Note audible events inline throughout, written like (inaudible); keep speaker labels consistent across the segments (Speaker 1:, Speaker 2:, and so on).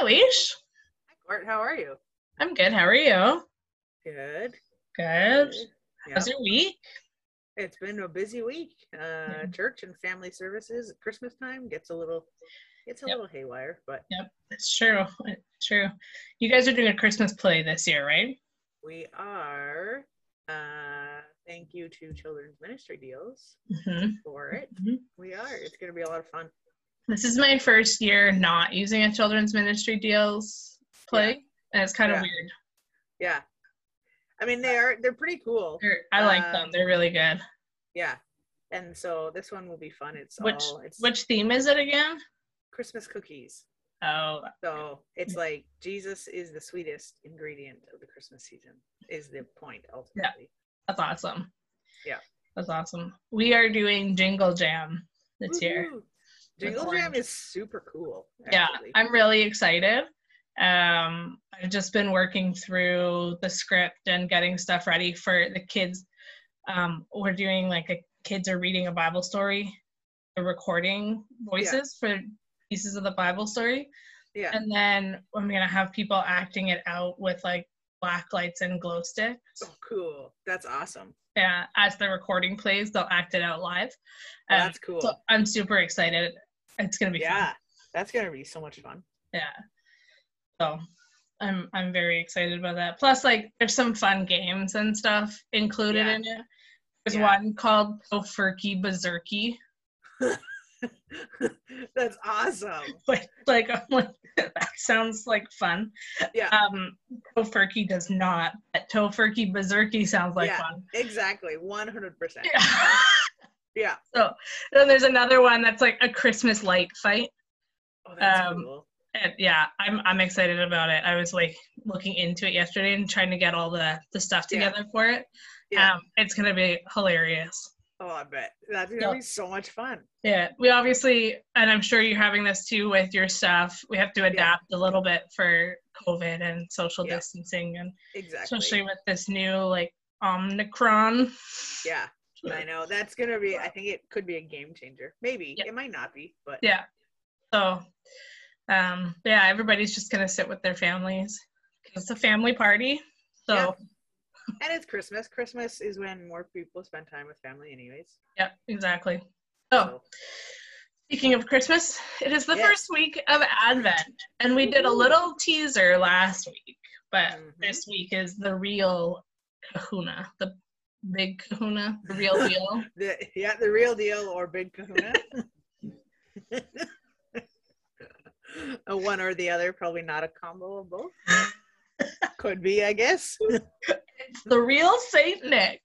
Speaker 1: Alish.
Speaker 2: Hi, Court. How are you?
Speaker 1: I'm good. How are you?
Speaker 2: Good.
Speaker 1: Good.
Speaker 2: Yeah.
Speaker 1: How's your week?
Speaker 2: It's been a busy week. Uh,
Speaker 1: Mhm.
Speaker 2: Church and family services at Christmas time gets a little, gets a
Speaker 1: Yep.
Speaker 2: little haywire, but
Speaker 1: It's true. It's true. You guys are doing a Christmas play this year, right?
Speaker 2: we are. Uh, thank you to Children's Ministry Deals
Speaker 1: hmm
Speaker 2: for it.
Speaker 1: Mhm.
Speaker 2: We are. It's going to be a lot of fun.
Speaker 1: This is my first year not using a children's ministry deals play, and it's kind of
Speaker 2: Yeah.
Speaker 1: weird.
Speaker 2: Yeah. I mean, they are. They're pretty cool.
Speaker 1: Uh, They're, I like
Speaker 2: Um,
Speaker 1: them. They're really good.
Speaker 2: Yeah. And so this one will be fun. It's
Speaker 1: Which-
Speaker 2: all. oh, It's
Speaker 1: Which theme is it again?
Speaker 2: Christmas cookies.
Speaker 1: Oh,
Speaker 2: So it's like Jesus is the sweetest ingredient of the Christmas season, is the point ultimately.
Speaker 1: that's awesome.
Speaker 2: Yeah.
Speaker 1: That's awesome. We are doing Jingle Jam this year.
Speaker 2: Woohoo! Jingle
Speaker 1: orange.
Speaker 2: Jam is super cool.
Speaker 1: yeah
Speaker 2: actually.
Speaker 1: i'm really excited um i've just been working through the script and getting stuff ready for the kids um we're doing like a kids are reading a bible story the recording voices for pieces of the bible story
Speaker 2: yeah.
Speaker 1: and then i'm gonna have people acting it out with like black lights and glow sticks
Speaker 2: Oh, cool. That's
Speaker 1: Um,
Speaker 2: awesome.
Speaker 1: yeah as the recording plays they'll act it out live
Speaker 2: Well,
Speaker 1: um,
Speaker 2: Oh, that's cool.
Speaker 1: so i'm super excited it's gonna be fun.
Speaker 2: yeah. That's going to be so much fun. (laughs)
Speaker 1: Yeah. So I'm I'm very excited about that. Plus, like there's some fun games and stuff included
Speaker 2: Yeah.
Speaker 1: in it. There's
Speaker 2: Yeah.
Speaker 1: one called Tofurky Berserky. (laughs)
Speaker 2: that's awesome.
Speaker 1: Like like I'm like that sounds like fun.
Speaker 2: Yeah.
Speaker 1: Um Tofurky does not, but Tofurky Berserky sounds like
Speaker 2: Yeah.
Speaker 1: fun. (laughs)
Speaker 2: Exactly. 100%.
Speaker 1: Yeah.
Speaker 2: Yeah.
Speaker 1: then there's another one that's like a Christmas light fight.
Speaker 2: Oh, that's
Speaker 1: Um,
Speaker 2: cool.
Speaker 1: And yeah, I'm I'm excited about it. I was like looking into it yesterday and trying to get all the the stuff
Speaker 2: Yeah.
Speaker 1: together for it.
Speaker 2: Yeah.
Speaker 1: Um, it's gonna be hilarious.
Speaker 2: oh, I bet. That's going to
Speaker 1: yeah.
Speaker 2: be so much fun.
Speaker 1: Yeah, we obviously, and I'm sure you're having this too with your staff. We have to adapt a little bit for COVID and social
Speaker 2: Yeah.
Speaker 1: distancing, and
Speaker 2: Exactly.
Speaker 1: especially with this new like Omicron.
Speaker 2: yeah. I know that's gonna be. I think it could be a game changer. Maybe
Speaker 1: Yeah.
Speaker 2: it might not be, but
Speaker 1: Yeah. So, um, yeah, everybody's just gonna sit with their families. It's a family party, so
Speaker 2: Yeah.
Speaker 1: yeah,
Speaker 2: and it's Christmas. Christmas is when more people spend time with family, anyways.
Speaker 1: exactly. So,
Speaker 2: So,
Speaker 1: Speaking of Christmas, it is the
Speaker 2: Yes.
Speaker 1: first week of Advent, and we did a
Speaker 2: Woohoo.
Speaker 1: little teaser last week, but
Speaker 2: Mhm.
Speaker 1: this week is the real kahuna, the big kahuna, the real
Speaker 2: (laughs)
Speaker 1: deal.
Speaker 2: the yeah, the real deal or big Kahuna. (laughs) a one or the other, probably not a combo of both. could be, I
Speaker 1: (laughs)
Speaker 2: guess. (laughs)
Speaker 1: It's the real Saint Nick.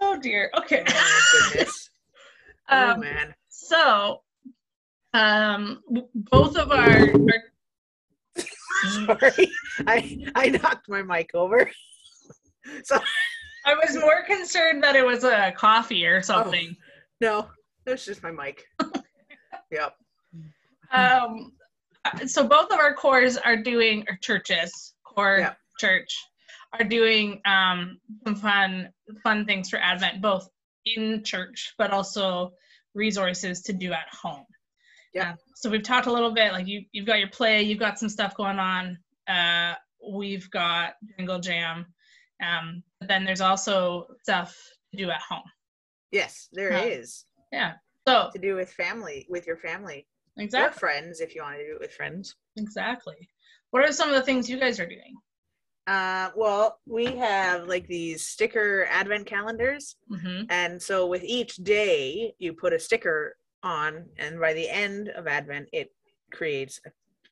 Speaker 1: Oh dear. Okay.
Speaker 2: oh, goodness. oh
Speaker 1: Um,
Speaker 2: man.
Speaker 1: so, um, w- both of our,
Speaker 2: (laughs)
Speaker 1: our
Speaker 2: Sorry, I I knocked my mic over. so
Speaker 1: I was more concerned that it was a coffee
Speaker 2: Oh.
Speaker 1: or something.
Speaker 2: no, that's just my mic. yep.
Speaker 1: um uh, so both of our cores are doing or churches core
Speaker 2: Yeah.
Speaker 1: church are doing um some fun fun things for advent both in church but also resources to do at home
Speaker 2: Yeah.
Speaker 1: Um, so we've talked a little bit like you you've got your play you've got some stuff going on uh we've got jingle jam um but then there's also stuff to do at home
Speaker 2: Yes, there
Speaker 1: Huh.
Speaker 2: is
Speaker 1: so
Speaker 2: to do with family, with your family or
Speaker 1: exactly
Speaker 2: friends, if you want to do it with friends.
Speaker 1: exactly what are some of the things you guys are doing
Speaker 2: Uh, well, we have like these sticker advent calendars,
Speaker 1: mm-hmm.
Speaker 2: and so with each day you put a sticker on, and by the end of advent it creates a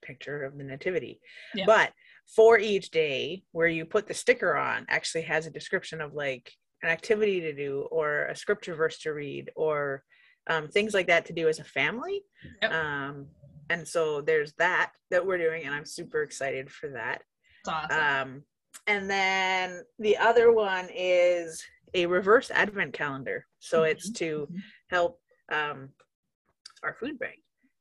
Speaker 2: picture of the nativity.
Speaker 1: Yeah.
Speaker 2: But for each day where you put the sticker on, actually has a description of like an activity to do or a scripture verse to read or um, things like that to do as a family.
Speaker 1: Yep.
Speaker 2: Um, and so there's that that we're doing, and I'm super excited for that.
Speaker 1: That's awesome.
Speaker 2: Um, and then the other one is a reverse advent calendar. So it's to
Speaker 1: mhm.
Speaker 2: help um, our food bank.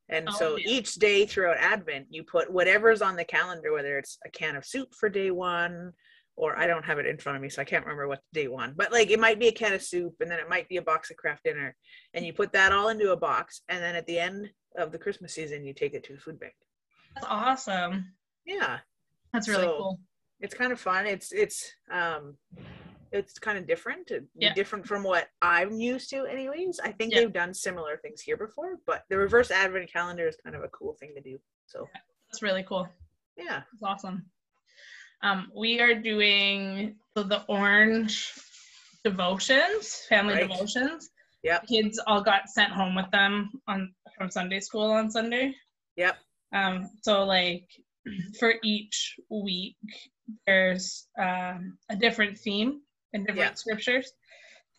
Speaker 2: And
Speaker 1: Oh,
Speaker 2: so
Speaker 1: yeah.
Speaker 2: each day throughout Advent, you put whatever's on the calendar, whether it's a can of soup for day one or I don't have it in front of me, so I can't remember what day one. But like it might be a can of soup, and then it might be a box of craft dinner, and you put that all into a box, and then at the end of the Christmas season, you take it to a food bank.
Speaker 1: That's awesome.
Speaker 2: Yeah,
Speaker 1: That's really
Speaker 2: So-
Speaker 1: cool.
Speaker 2: it's kind of fun. It's it's um, it's kind of different, It'd be
Speaker 1: Yeah.
Speaker 2: different from what I'm used to, anyways. I think
Speaker 1: Yeah.
Speaker 2: they've done similar things here before, but the reverse advent calendar is kind of a cool thing to do. So
Speaker 1: That's really cool.
Speaker 2: yeah,
Speaker 1: That's awesome. Um, we are doing the, the orange devotions, family
Speaker 2: Right.
Speaker 1: devotions.
Speaker 2: Yep.
Speaker 1: Kids all got sent home with them on from Sunday school on Sunday.
Speaker 2: Yep.
Speaker 1: Um, so like (clears throat) for each week, there's um, a different theme and different
Speaker 2: Yeah.
Speaker 1: scriptures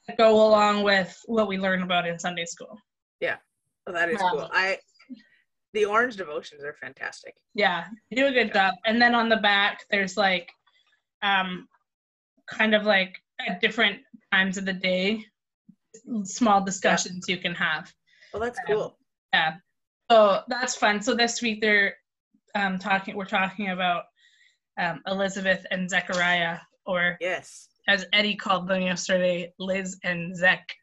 Speaker 1: that go along with what we learn about in Sunday school.
Speaker 2: well, Oh, that is
Speaker 1: Um,
Speaker 2: cool. I the orange devotions are fantastic.
Speaker 1: Yeah, they do a good job. And then on the back, there's like, um, kind of like at different times of the day, small discussions you can have.
Speaker 2: Well, Oh, that's
Speaker 1: Um,
Speaker 2: cool.
Speaker 1: So that's fun. So this week they're um, talking. We're talking about um, Elizabeth and Zechariah, or
Speaker 2: Yes.
Speaker 1: as Eddie called them yesterday, Liz and Zech.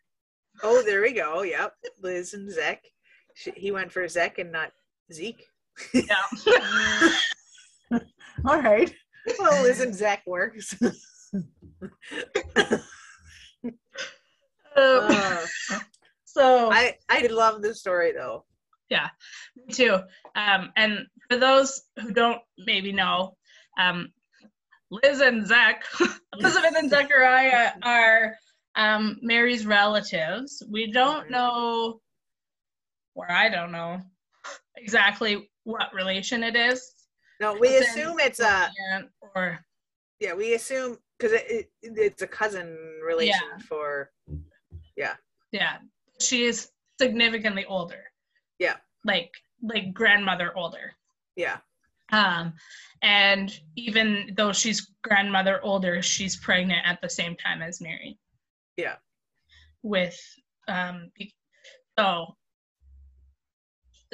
Speaker 2: Oh, there we go. Yep. Liz and Zek. She, he went for Zek and not Zeke.
Speaker 1: Yeah. (laughs)
Speaker 2: All right. Well, Liz and Zek (laughs) works.
Speaker 1: Um,
Speaker 2: Uh,
Speaker 1: so
Speaker 2: I I love this story though.
Speaker 1: Me too. Um, and for those who don't maybe know, um, Liz and Zach, (laughs) Elizabeth and Zechariah are um, Mary's relatives. We don't
Speaker 2: Mhm.
Speaker 1: know, or I don't know exactly what relation it is.
Speaker 2: No, we
Speaker 1: Cousin.
Speaker 2: assume it's a
Speaker 1: And- or
Speaker 2: yeah. We assume because it, it it's a cousin relation for
Speaker 1: yeah, she is significantly older.
Speaker 2: Yeah.
Speaker 1: like like grandmother older.
Speaker 2: yeah
Speaker 1: Um, and even though she's grandmother older, she's pregnant at the same time as Mary.
Speaker 2: Yeah.
Speaker 1: With, um, be- so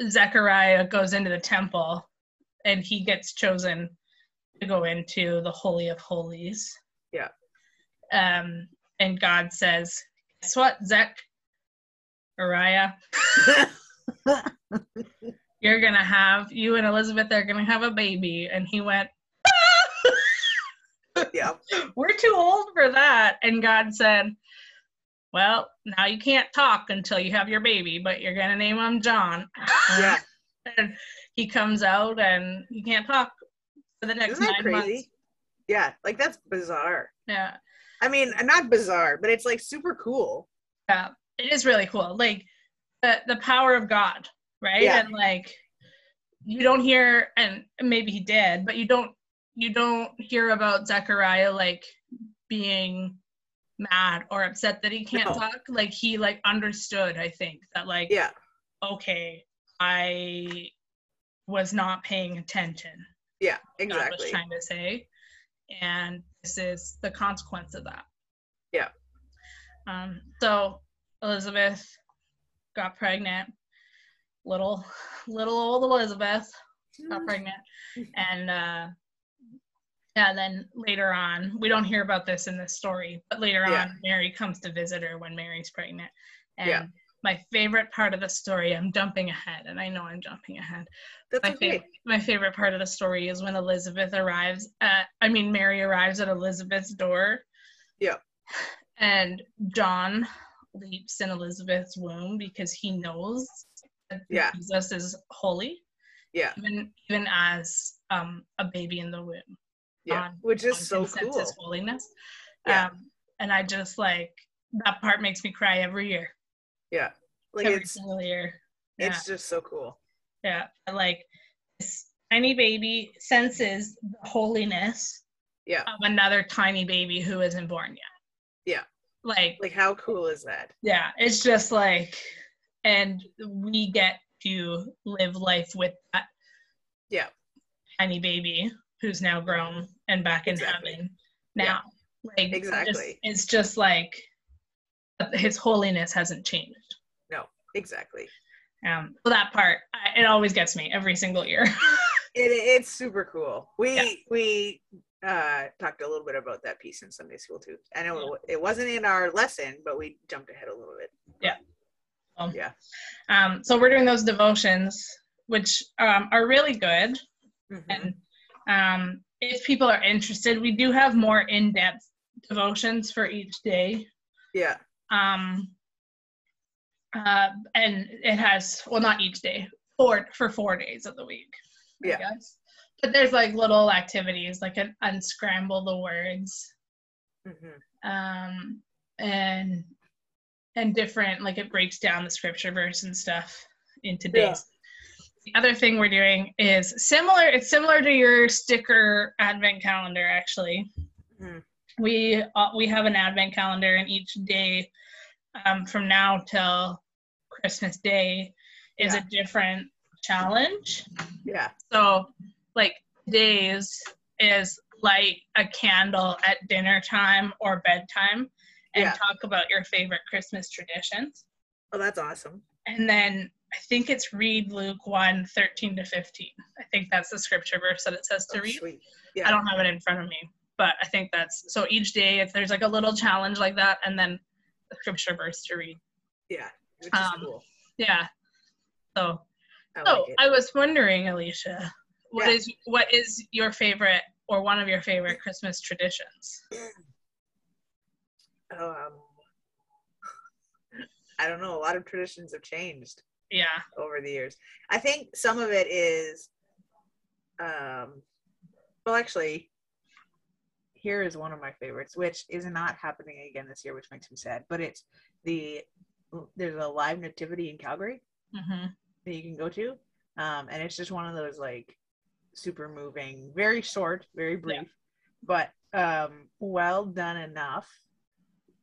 Speaker 1: Zechariah goes into the temple and he gets chosen to go into the Holy of Holies.
Speaker 2: Yeah.
Speaker 1: Um, and God says, Guess what, Zechariah? you're gonna have you and Elizabeth are gonna have a baby. And he went,
Speaker 2: yeah.
Speaker 1: (laughs) We're too old for that. And God said, Well, now you can't talk until you have your baby, but you're gonna name him John.
Speaker 2: Yeah.
Speaker 1: And he comes out and he can't talk for the next
Speaker 2: Isn't
Speaker 1: nine
Speaker 2: that crazy?
Speaker 1: months.
Speaker 2: Yeah, like that's bizarre.
Speaker 1: Yeah.
Speaker 2: I mean, not bizarre, but it's like super cool.
Speaker 1: Yeah. It is really cool. Like the the power of God, right?
Speaker 2: Yeah.
Speaker 1: And like you don't hear and maybe he did, but you don't you don't hear about Zechariah like being mad or upset that he can't
Speaker 2: No.
Speaker 1: talk. Like he like understood, I think, that like
Speaker 2: Yeah,
Speaker 1: okay, I was not paying attention.
Speaker 2: yeah,
Speaker 1: God was
Speaker 2: exactly.
Speaker 1: trying to say, and this is the consequence of that.
Speaker 2: Yeah.
Speaker 1: Um, so Elizabeth got pregnant. Little, little old Elizabeth got
Speaker 2: (laughs)
Speaker 1: pregnant, and uh, yeah. Then later on, we don't hear about this in this story, but later
Speaker 2: Yeah.
Speaker 1: on, Mary comes to visit her when Mary's pregnant, and.
Speaker 2: Yeah.
Speaker 1: My favorite part of the story, I'm jumping ahead, and I know I'm jumping ahead,
Speaker 2: That's
Speaker 1: my
Speaker 2: okay.
Speaker 1: favorite my favorite part of the story is when Elizabeth arrives at I mean Mary arrives at Elizabeth's door.
Speaker 2: Yeah.
Speaker 1: And John leaps in Elizabeth's womb because he knows that
Speaker 2: Yeah.
Speaker 1: Jesus is holy.
Speaker 2: Yeah.
Speaker 1: Even even as um a baby in the womb.
Speaker 2: Yeah,
Speaker 1: on-
Speaker 2: which is
Speaker 1: John
Speaker 2: so
Speaker 1: consents
Speaker 2: cool.
Speaker 1: His holiness.
Speaker 2: Yeah.
Speaker 1: Um and I just like that part makes me cry every year.
Speaker 2: Like
Speaker 1: every
Speaker 2: it's
Speaker 1: single year. Yeah.
Speaker 2: it's just so cool.
Speaker 1: Yeah, but, like this tiny baby senses the holiness
Speaker 2: Yeah.
Speaker 1: of another tiny baby who isn't born yet.
Speaker 2: Yeah.
Speaker 1: Like,
Speaker 2: Like how cool is that?
Speaker 1: yeah, it's just like, and we get to live life with that
Speaker 2: Yeah.
Speaker 1: tiny baby who's now grown and back in
Speaker 2: Exactly.
Speaker 1: heaven
Speaker 2: Yeah.
Speaker 1: now. Like, just-
Speaker 2: Exactly.
Speaker 1: it's just like his holiness hasn't changed.
Speaker 2: Exactly.
Speaker 1: Um, so that part, I, it always gets me every single year.
Speaker 2: It, it it's super cool. We
Speaker 1: Yeah.
Speaker 2: we uh talked a little bit about that piece in Sunday school too. I know it wa- it wasn't in our lesson, but we jumped ahead a little bit.
Speaker 1: Um, so we're doing those devotions, which um, are really good.
Speaker 2: Mhm.
Speaker 1: And um, if people are interested, we do have more in depth devotions for each day.
Speaker 2: Yeah.
Speaker 1: Um, uh, and it has, well, not each day, four, for four days of the week. I
Speaker 2: Yeah.
Speaker 1: guess. But there's like little activities, like an unscramble the words
Speaker 2: Mhm.
Speaker 1: um, and and different like it breaks down the scripture verse and stuff into
Speaker 2: Yeah.
Speaker 1: days. The other thing we're doing is similar. It's similar to your sticker advent calendar, actually.
Speaker 2: Mhm.
Speaker 1: We uh, we have an advent calendar, and each day um, from now till Christmas Day is
Speaker 2: Yeah.
Speaker 1: a different challenge.
Speaker 2: Yeah.
Speaker 1: So, like, days is light a candle at dinner time or bedtime and
Speaker 2: Yeah.
Speaker 1: talk about your favorite Christmas traditions.
Speaker 2: Oh, that's awesome.
Speaker 1: And then I think it's read Luke 1 13 to 15. I think that's the scripture verse that it says to
Speaker 2: Oh,
Speaker 1: read.
Speaker 2: sweet.
Speaker 1: I
Speaker 2: Yeah.
Speaker 1: don't have it in front of me, but I think that's so each day, if there's like a little challenge like that, and then the scripture verse to read.
Speaker 2: Yeah. Which is
Speaker 1: Um,
Speaker 2: cool.
Speaker 1: Yeah. So
Speaker 2: I
Speaker 1: Oh,
Speaker 2: like it.
Speaker 1: I was wondering, Alicia, what
Speaker 2: Yeah.
Speaker 1: is what is your favorite or one of your favorite Christmas traditions?
Speaker 2: um, (laughs) I don't know. A lot of traditions have changed
Speaker 1: Yeah,
Speaker 2: over the years. I think some of it is, um, well, actually, here is one of my favorites, which is not happening again this year, which makes me sad. But it's the there's a live nativity in Calgary
Speaker 1: hmm
Speaker 2: that you can go to, um, and it's just one of those like super moving, very short, very brief, but um, well done enough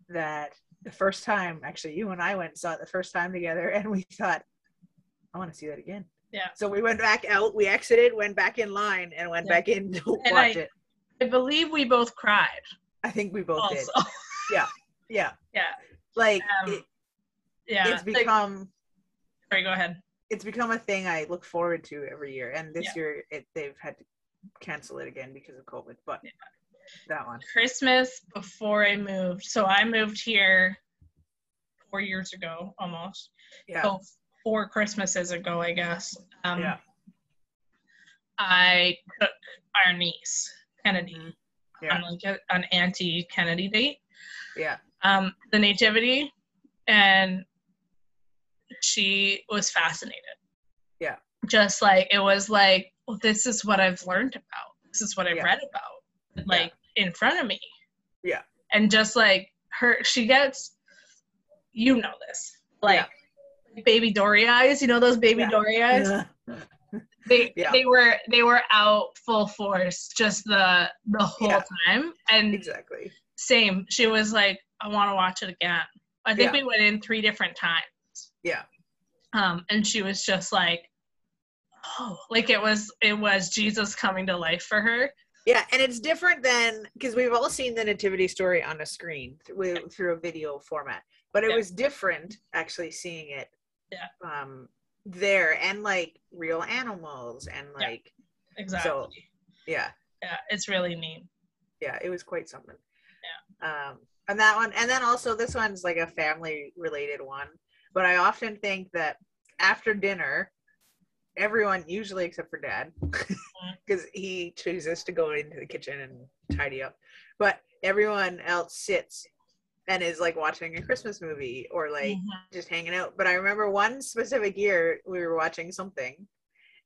Speaker 2: that the first time actually you and I went and saw it the first time together, and we thought, I want to see that again.
Speaker 1: Yeah.
Speaker 2: So we went back out, we exited, went back in line, and went
Speaker 1: Yeah.
Speaker 2: back in to watch
Speaker 1: And I-
Speaker 2: it.
Speaker 1: I believe we both cried.
Speaker 2: I think we both did.
Speaker 1: Also, (laughs)
Speaker 2: Yeah.
Speaker 1: Yeah.
Speaker 2: Like
Speaker 1: Um,
Speaker 2: it,
Speaker 1: yeah.
Speaker 2: it's
Speaker 1: like-
Speaker 2: become.
Speaker 1: sorry, go ahead.
Speaker 2: it's become a thing I look forward to every year. And this
Speaker 1: Yeah.
Speaker 2: year, it, they've had to cancel it again because of COVID. But
Speaker 1: Yeah.
Speaker 2: that one,
Speaker 1: Christmas before I moved. So I moved here four years ago, almost.
Speaker 2: yeah,
Speaker 1: So four Christmases ago, I guess. Um,
Speaker 2: yeah,
Speaker 1: I took our niece Kennedy
Speaker 2: Mhm. Yeah.
Speaker 1: on like a- an anti Kennedy date.
Speaker 2: yeah,
Speaker 1: um, the nativity and she was fascinated
Speaker 2: Yeah.
Speaker 1: just like it was like well, this is what i've learned about this is what i've
Speaker 2: Yeah.
Speaker 1: read about like in front of me
Speaker 2: Yeah.
Speaker 1: and just like her she gets you know this like baby dory eyes you know those baby
Speaker 2: Yeah.
Speaker 1: dory eyes
Speaker 2: yeah,
Speaker 1: they
Speaker 2: Yeah.
Speaker 1: they were they were out full force just the the whole
Speaker 2: Yeah.
Speaker 1: time and
Speaker 2: exactly.
Speaker 1: same she was like i want to watch it again i think
Speaker 2: Yeah.
Speaker 1: we went in three different times
Speaker 2: Yeah.
Speaker 1: um and she was just like oh like it was it was jesus coming to life for her
Speaker 2: Yeah, and it's different than because we've all seen the nativity story on a screen through, through a video format, but it
Speaker 1: Yeah.
Speaker 2: was different actually seeing it
Speaker 1: Yeah.
Speaker 2: um, there and like real animals and
Speaker 1: Yeah.
Speaker 2: like
Speaker 1: exactly
Speaker 2: yeah,
Speaker 1: yeah it's really neat
Speaker 2: yeah it was quite something yeah um and that one and then also this one's like a family related one but i often think that after dinner everyone usually except for dad (laughs) because he chooses to go into the kitchen and tidy up but everyone else sits and is like watching a christmas movie or like
Speaker 1: Mhm.
Speaker 2: just hanging out. But I remember one specific year we were watching something,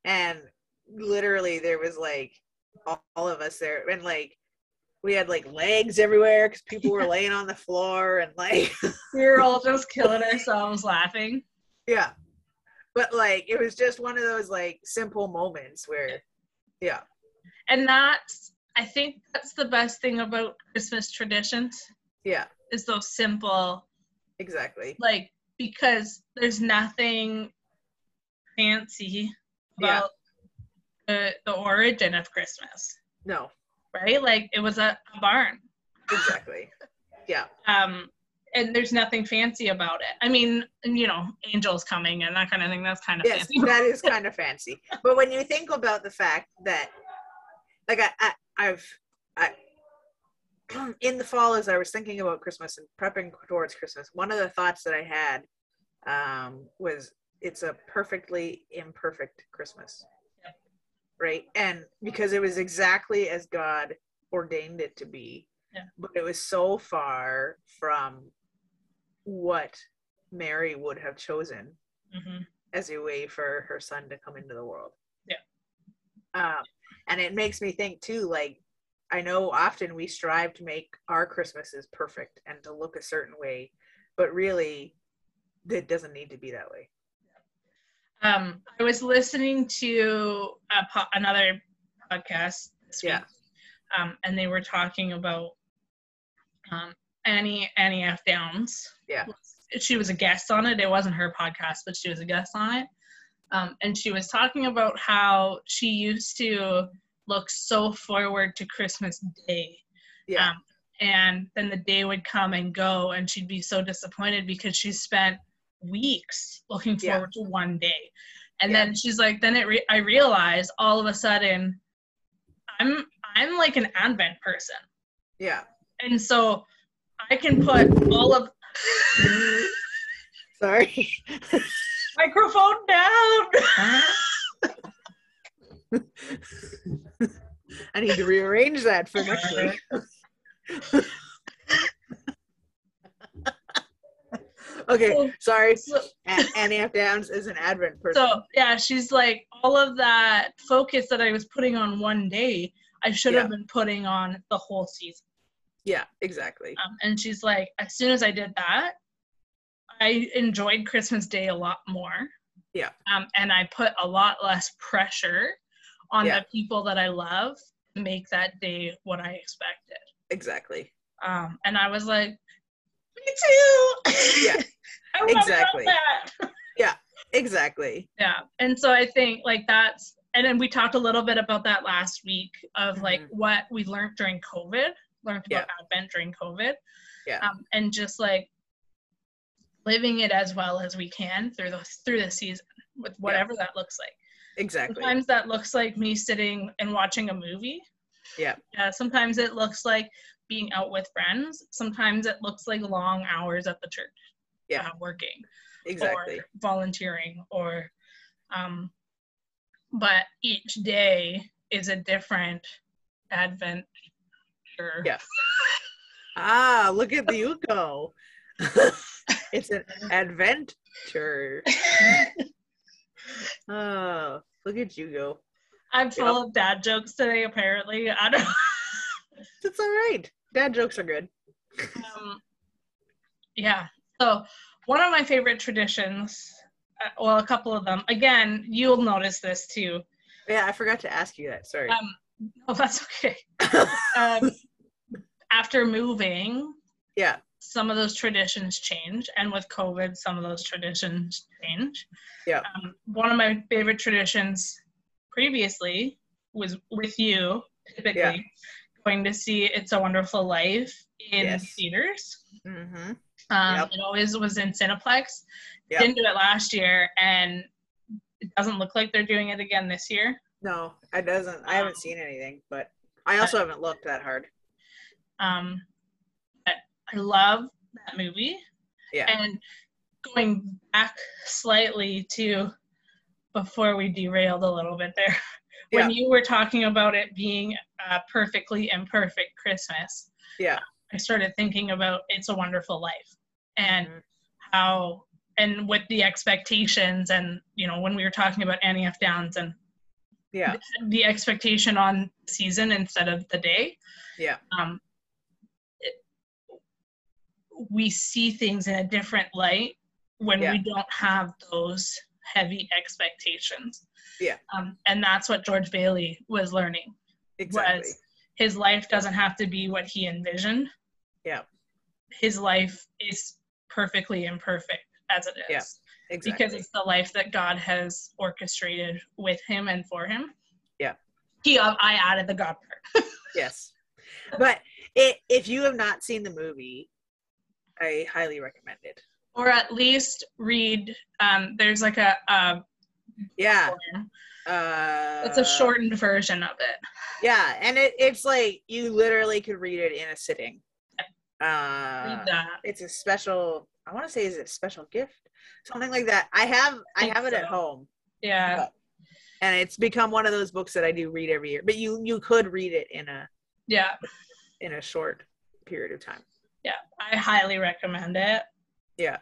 Speaker 2: and literally there was like all, all of us there, and like we had like legs everywhere because people were laying on the floor and like (laughs)
Speaker 1: we were all just killing ourselves laughing
Speaker 2: yeah. But like it was just one of those like simple moments where yeah
Speaker 1: and that's i think that's the best thing about christmas traditions
Speaker 2: yeah
Speaker 1: is those simple
Speaker 2: exactly
Speaker 1: like because there's nothing fancy
Speaker 2: Yeah.
Speaker 1: about the the origin of Christmas,
Speaker 2: no
Speaker 1: right? Like it was a, a barn,
Speaker 2: exactly yeah
Speaker 1: um, and there's nothing fancy about it. I mean, you know, angels coming and that kind of thing. That's kind of
Speaker 2: yes,
Speaker 1: fancy. (laughs)
Speaker 2: that is kind of fancy. But when you think about the fact that, like, I, I I've, I, (clears throat) in the fall as I was thinking about Christmas and prepping towards Christmas, one of the thoughts that I had um, was it's a perfectly imperfect Christmas,
Speaker 1: Yep.
Speaker 2: right? And because it was exactly as God ordained it to be,
Speaker 1: Yeah.
Speaker 2: but it was so far from what Mary would have chosen
Speaker 1: Mhm.
Speaker 2: as a way for her son to come into the world.
Speaker 1: Yeah.
Speaker 2: Um, and it makes me think too, like, I know often we strive to make our Christmases perfect and to look a certain way, but really, it doesn't need to be that way.
Speaker 1: Um, I was listening to a po- another podcast this week,
Speaker 2: Yeah.
Speaker 1: um, and they were talking about um, Annie Annie F. Downs.
Speaker 2: Yeah.
Speaker 1: she was a guest on it. It wasn't her podcast, but she was a guest on it, um, and she was talking about how she used to look so forward to Christmas Day
Speaker 2: Yeah.
Speaker 1: Um, and then the day would come and go and she'd be so disappointed because she spent weeks looking
Speaker 2: Yeah.
Speaker 1: forward to one day and
Speaker 2: Yeah.
Speaker 1: then she's like then it re- i realized all of a sudden i'm i'm like an advent person
Speaker 2: yeah.
Speaker 1: and so i can put all of (laughs)
Speaker 2: Sorry.
Speaker 1: microphone down
Speaker 2: (laughs) I need to rearrange that for next week.
Speaker 1: (laughs)
Speaker 2: okay. Sorry.
Speaker 1: so,
Speaker 2: A- Annie F. Downs is an Advent person.
Speaker 1: (laughs) so yeah she's like all of that focus that i was putting on one day i should have been putting on the whole season
Speaker 2: yeah, exactly.
Speaker 1: Um, and she's like, as soon as I did that, I enjoyed Christmas Day a lot more.
Speaker 2: Yeah.
Speaker 1: Um, and I put a lot less pressure on
Speaker 2: Yeah.
Speaker 1: the people that I love to make that day what I expected.
Speaker 2: Exactly.
Speaker 1: Um, and I was like, me too. (laughs)
Speaker 2: Yeah,
Speaker 1: I wanna have
Speaker 2: exactly.
Speaker 1: that.
Speaker 2: Exactly.
Speaker 1: Yeah. And so I think like that's, and then we talked a little bit about that last week of like
Speaker 2: Mhm.
Speaker 1: what we learned during COVID, learned about
Speaker 2: Yeah.
Speaker 1: Advent during COVID.
Speaker 2: Yeah.
Speaker 1: Um, and just like living it as well as we can through the, through the season with whatever that looks like.
Speaker 2: Exactly.
Speaker 1: Sometimes that looks like me sitting and watching a movie.
Speaker 2: Yeah.
Speaker 1: Uh, sometimes it looks like being out with friends. Sometimes it looks like long hours at the church.
Speaker 2: Yeah.
Speaker 1: uh, working
Speaker 2: Exactly.
Speaker 1: or volunteering or um but each day is a different advent or
Speaker 2: Yeah. Ah, look at the Uko. (laughs)
Speaker 1: (laughs)
Speaker 2: it's an adventure. Oh, look at you go.
Speaker 1: (laughs) i'm full of dad jokes today apparently i don't
Speaker 2: It's all right. Dad jokes are good.
Speaker 1: um, yeah so one of my favorite traditions uh, well a couple of them again you'll notice this too
Speaker 2: Yeah, I forgot to ask you that. Sorry.
Speaker 1: um oh that's okay um, after moving
Speaker 2: yeah.
Speaker 1: some of those traditions change and with covid some of those traditions change
Speaker 2: Yeah.
Speaker 1: um, one of my favorite traditions previously was with you typically
Speaker 2: Yeah.
Speaker 1: going to see it's a wonderful life in
Speaker 2: Yes.
Speaker 1: theaters
Speaker 2: Mm-hmm.
Speaker 1: um,
Speaker 2: Yep.
Speaker 1: it always was in cineplex
Speaker 2: Yep.
Speaker 1: didn't do it last year and it doesn't look like they're doing it again this year
Speaker 2: No, I doesn't. I haven't seen anything, but I also haven't looked that hard.
Speaker 1: um, but i love that movie
Speaker 2: Yeah.
Speaker 1: and going back slightly to before we derailed a little bit there (laughs) when you were talking about it being a perfectly imperfect christmas
Speaker 2: Yeah.
Speaker 1: i started thinking about it's a wonderful life
Speaker 2: Mm-hmm.
Speaker 1: and how and with the expectations and you know when we were talking about annie f downs and
Speaker 2: yeah,
Speaker 1: the expectation on season instead of the day
Speaker 2: yeah,
Speaker 1: um, it, we see things in a different light when
Speaker 2: Yeah.
Speaker 1: we don't have those heavy expectations.
Speaker 2: Yeah.
Speaker 1: Um, and that's what George Bailey was learning.
Speaker 2: exactly.
Speaker 1: Was his life doesn't have to be what he envisioned.
Speaker 2: Yeah.
Speaker 1: His life is perfectly imperfect as it is.
Speaker 2: Yeah, Exactly.
Speaker 1: Because it's the life that God has orchestrated with him and for him.
Speaker 2: Yeah.
Speaker 1: He, I added the God part. (laughs)
Speaker 2: yes. But i if you have not seen the movie, I highly recommend it.
Speaker 1: or at least read. Um, there's like a, a
Speaker 2: Yeah.
Speaker 1: form.
Speaker 2: Ah. Uh,
Speaker 1: it's a shortened version of it.
Speaker 2: Yeah, and it, it's like you literally could read it in a sitting. Uh,
Speaker 1: read that.
Speaker 2: it's a special. I want to say is it a special gift, something like that. I have I,
Speaker 1: think
Speaker 2: have it at
Speaker 1: so.
Speaker 2: home,
Speaker 1: Yeah.
Speaker 2: uh. and it's become one of those books that I do read every year. But you you could read it in a
Speaker 1: Yeah.
Speaker 2: in a short period of time.
Speaker 1: I highly recommend it.
Speaker 2: Yeah.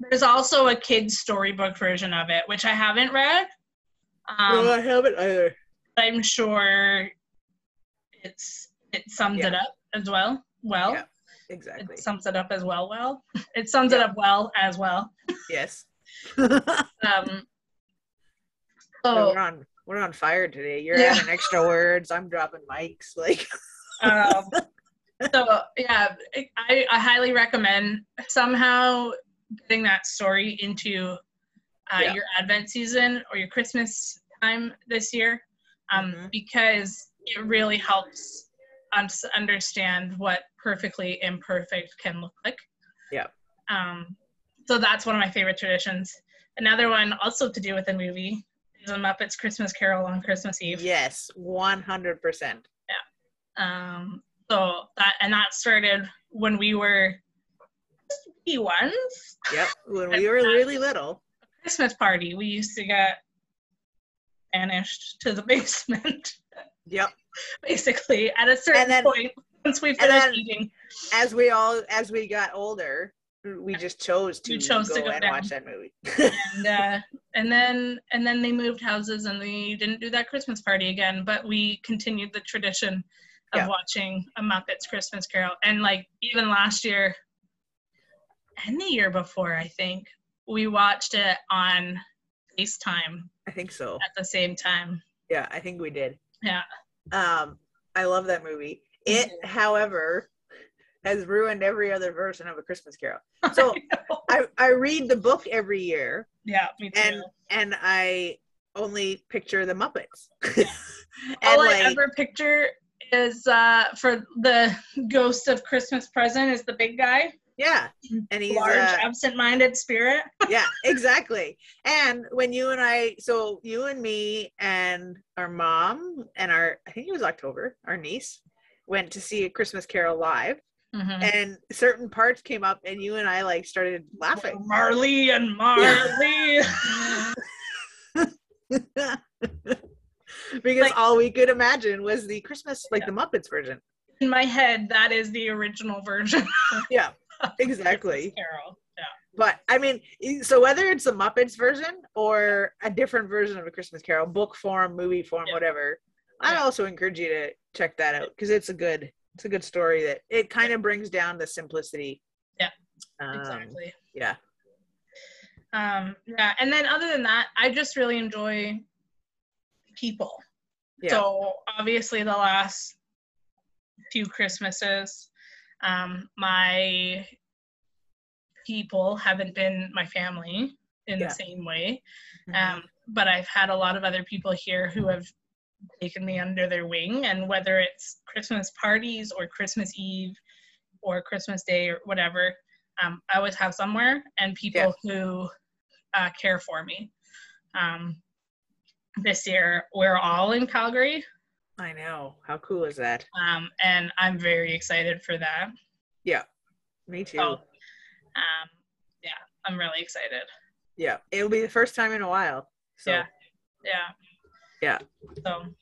Speaker 1: There's also a kid's storybook version of it, which I haven't read. Um,
Speaker 2: I haven't either.
Speaker 1: but I'm sure it's it sums it up as well. Well,
Speaker 2: Yeah, Exactly.
Speaker 1: it sums it up as well. Well, it sums it
Speaker 2: Yeah.
Speaker 1: up well as well.
Speaker 2: yes. So
Speaker 1: Um, so
Speaker 2: we're on we're on fire today. You're
Speaker 1: Oh. Yeah.
Speaker 2: adding extra words. I'm dropping mics. Like
Speaker 1: um, so yeah, I, I highly recommend somehow getting that story into uh,
Speaker 2: Yeah.
Speaker 1: your Advent season or your Christmas time this year, um,
Speaker 2: Mhm.
Speaker 1: because it really helps us understand what perfectly imperfect can look like.
Speaker 2: Yeah.
Speaker 1: Um, so that's one of my favorite traditions. Another one, also to do with the movie, is a Muppets Christmas Carol on Christmas Eve.
Speaker 2: yes, one hundred percent.
Speaker 1: Um, so that and that started when we were just wee ones.
Speaker 2: Yep. When we were really little.
Speaker 1: Christmas party, we used to get banished to the (laughs) basement,
Speaker 2: Yep.
Speaker 1: basically. At a certain
Speaker 2: then-
Speaker 1: point, once we
Speaker 2: and
Speaker 1: finished
Speaker 2: then
Speaker 1: eating,
Speaker 2: as we all as we got older we just chose to
Speaker 1: We chose
Speaker 2: go,
Speaker 1: to go
Speaker 2: and
Speaker 1: down.
Speaker 2: watch that movie
Speaker 1: and uh, and then and then they moved houses, and they didn't do that Christmas party again. But we continued the tradition of
Speaker 2: Yeah.
Speaker 1: watching a Muppets Christmas Carol, and like even last year, and the year before, I think we watched it on FaceTime
Speaker 2: i think so
Speaker 1: at the same time.
Speaker 2: yeah i think we did
Speaker 1: Yeah.
Speaker 2: um i love that movie it
Speaker 1: Mhm.
Speaker 2: however has ruined every other version of a christmas carol (laughs) so i i read the book every year
Speaker 1: (laughs) yeah, me too.
Speaker 2: and and i only picture the muppets
Speaker 1: All
Speaker 2: (laughs) and
Speaker 1: I
Speaker 2: like
Speaker 1: ever picture is uh for the ghost of Christmas present is the big guy,
Speaker 2: yeah and he's
Speaker 1: large,
Speaker 2: uh,
Speaker 1: absent-minded spirit.
Speaker 2: yeah, exactly. And when you and I, so you and me and our mom and our, I think it was October, our niece went to see a Christmas Carol live,
Speaker 1: Mhm.
Speaker 2: and certain parts came up, and you and I like started laughing.
Speaker 1: Marley and Marley.
Speaker 2: because
Speaker 1: Like-
Speaker 2: all we could imagine was the Christmas, like the Muppets version.
Speaker 1: (laughs) In my head, that is the original version. of
Speaker 2: Yeah,
Speaker 1: Christmas
Speaker 2: exactly.
Speaker 1: Carol. Yeah.
Speaker 2: But I mean, e, so whether it's the Muppets version or a different version of a Christmas Carol, book form, movie form,
Speaker 1: Yeah.
Speaker 2: whatever, I
Speaker 1: Yeah.
Speaker 2: also encourage you to check that out because it's a good, it's a good story that it kind of brings down the simplicity.
Speaker 1: Yeah,
Speaker 2: Um, (laughs)
Speaker 1: Exactly.
Speaker 2: Yeah.
Speaker 1: Um, yeah. And then other than that, I just really enjoy people.
Speaker 2: Yeah.
Speaker 1: So obviously, the last few Christmases, um, my people haven't been my family in
Speaker 2: Yeah.
Speaker 1: the same way.
Speaker 2: Mhm.
Speaker 1: Um, but I've had a lot of other people here who have taken me under their wing, and whether it's Christmas parties or Christmas Eve or Christmas Day or whatever, um, I always have somewhere and people who uh, care for me. Um, this year, we're all in Calgary,
Speaker 2: I know. How cool is that?
Speaker 1: um, and I'm very excited for that.
Speaker 2: Me too.
Speaker 1: Oh. Um, yeah, I'm really excited.
Speaker 2: Yeah. It'll be the first time in a while. So
Speaker 1: Yeah. Yeah.
Speaker 2: Yeah.
Speaker 1: So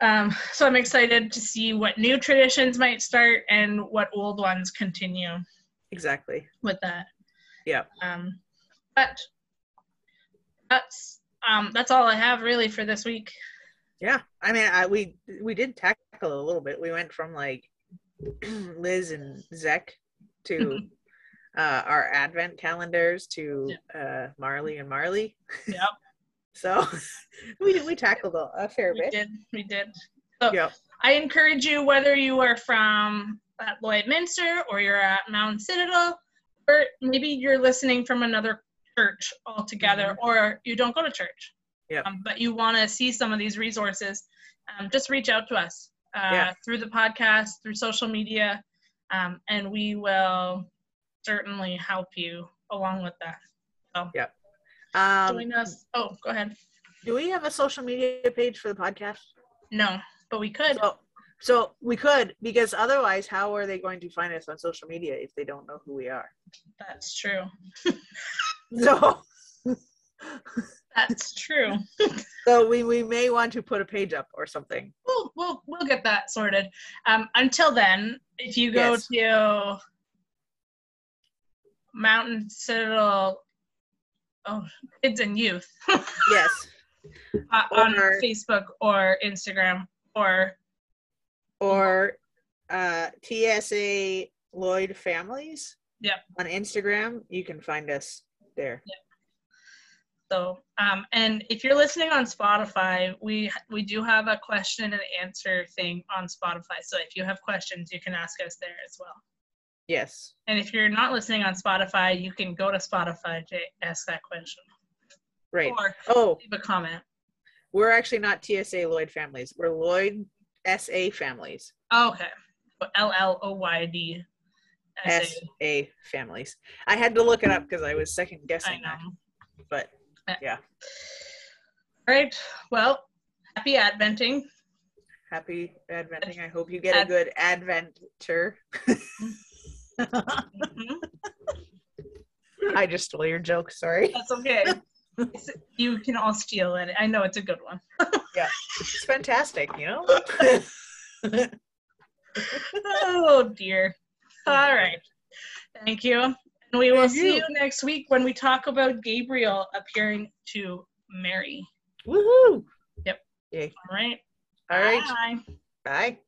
Speaker 1: um so I'm excited to see what new traditions might start and what old ones continue
Speaker 2: exactly.
Speaker 1: with that.
Speaker 2: Yeah.
Speaker 1: Um but that's um that's all I have really for this week.
Speaker 2: Yeah. I mean, I, we we did tackle a little bit. We went from like (clears throat) Liz and Zek to
Speaker 1: Mm-hmm.
Speaker 2: uh, our Advent calendars to uh, Marley and Marley.
Speaker 1: Yep.
Speaker 2: So (laughs) we we tackled a, a fair
Speaker 1: We
Speaker 2: bit.
Speaker 1: did. We did. So
Speaker 2: Yep.
Speaker 1: I encourage you whether you are from at Lloydminster or you're at Mount Citadel or maybe you're listening from another church altogether
Speaker 2: Mm-hmm.
Speaker 1: or you don't go to church.
Speaker 2: Yep.
Speaker 1: Um, but you want to see some of these resources, um, just reach out to us uh,
Speaker 2: Yeah.
Speaker 1: through the podcast, through social media, um, and we will certainly help you along with that. So
Speaker 2: Yep.
Speaker 1: join
Speaker 2: Um,
Speaker 1: us. Oh, go ahead.
Speaker 2: do we have a social media page for the podcast?
Speaker 1: No, but we could.
Speaker 2: So, so we could, because otherwise, how are they going to find us on social media if they don't know who
Speaker 1: (laughs)
Speaker 2: we are?
Speaker 1: That's true.
Speaker 2: So,
Speaker 1: That's true.
Speaker 2: so we, we may want to put a page up or something.
Speaker 1: we'll we'll we'll get that sorted. Um, until then, if you go
Speaker 2: Yes.
Speaker 1: to Mountain Citadel, oh, kids and youth (laughs)
Speaker 2: Yes.
Speaker 1: uh, on
Speaker 2: Or-
Speaker 1: Facebook or Instagram or Mm-hmm.
Speaker 2: Or uh, TSA Lloyd Families.
Speaker 1: Yep.
Speaker 2: On Instagram, you can find us there.
Speaker 1: so. Um, and if you're listening on Spotify, we we do have a question and answer thing on Spotify. So if you have questions, you can ask us there as well.
Speaker 2: Yes.
Speaker 1: And if you're not listening on Spotify, you can go to Spotify to ask that question
Speaker 2: Right.
Speaker 1: or
Speaker 2: Oh,
Speaker 1: leave a comment.
Speaker 2: we're actually not TSA Lloyd Families. We're Lloyd SA Families.
Speaker 1: Oh, okay. L L O Y D S
Speaker 2: S A Families. I had to look it up because I was second
Speaker 1: A. I
Speaker 2: guessing that.
Speaker 1: know.
Speaker 2: But
Speaker 1: All right. Well, happy adventing.
Speaker 2: happy adventing. I hope you get
Speaker 1: Ad-
Speaker 2: a good adventure.
Speaker 1: Mhm.
Speaker 2: I just stole your joke. Sorry.
Speaker 1: That's okay. It's- you can all steal it. I know it's a good one.
Speaker 2: It's fantastic, you know?
Speaker 1: Oh, dear. All right. Thank you. And we will
Speaker 2: Thank
Speaker 1: see you
Speaker 2: you.
Speaker 1: next week when we talk about Gabriel appearing to Mary.
Speaker 2: Woohoo.
Speaker 1: Yep.
Speaker 2: Yay.
Speaker 1: All right.
Speaker 2: All right.
Speaker 1: Bye.
Speaker 2: Bye.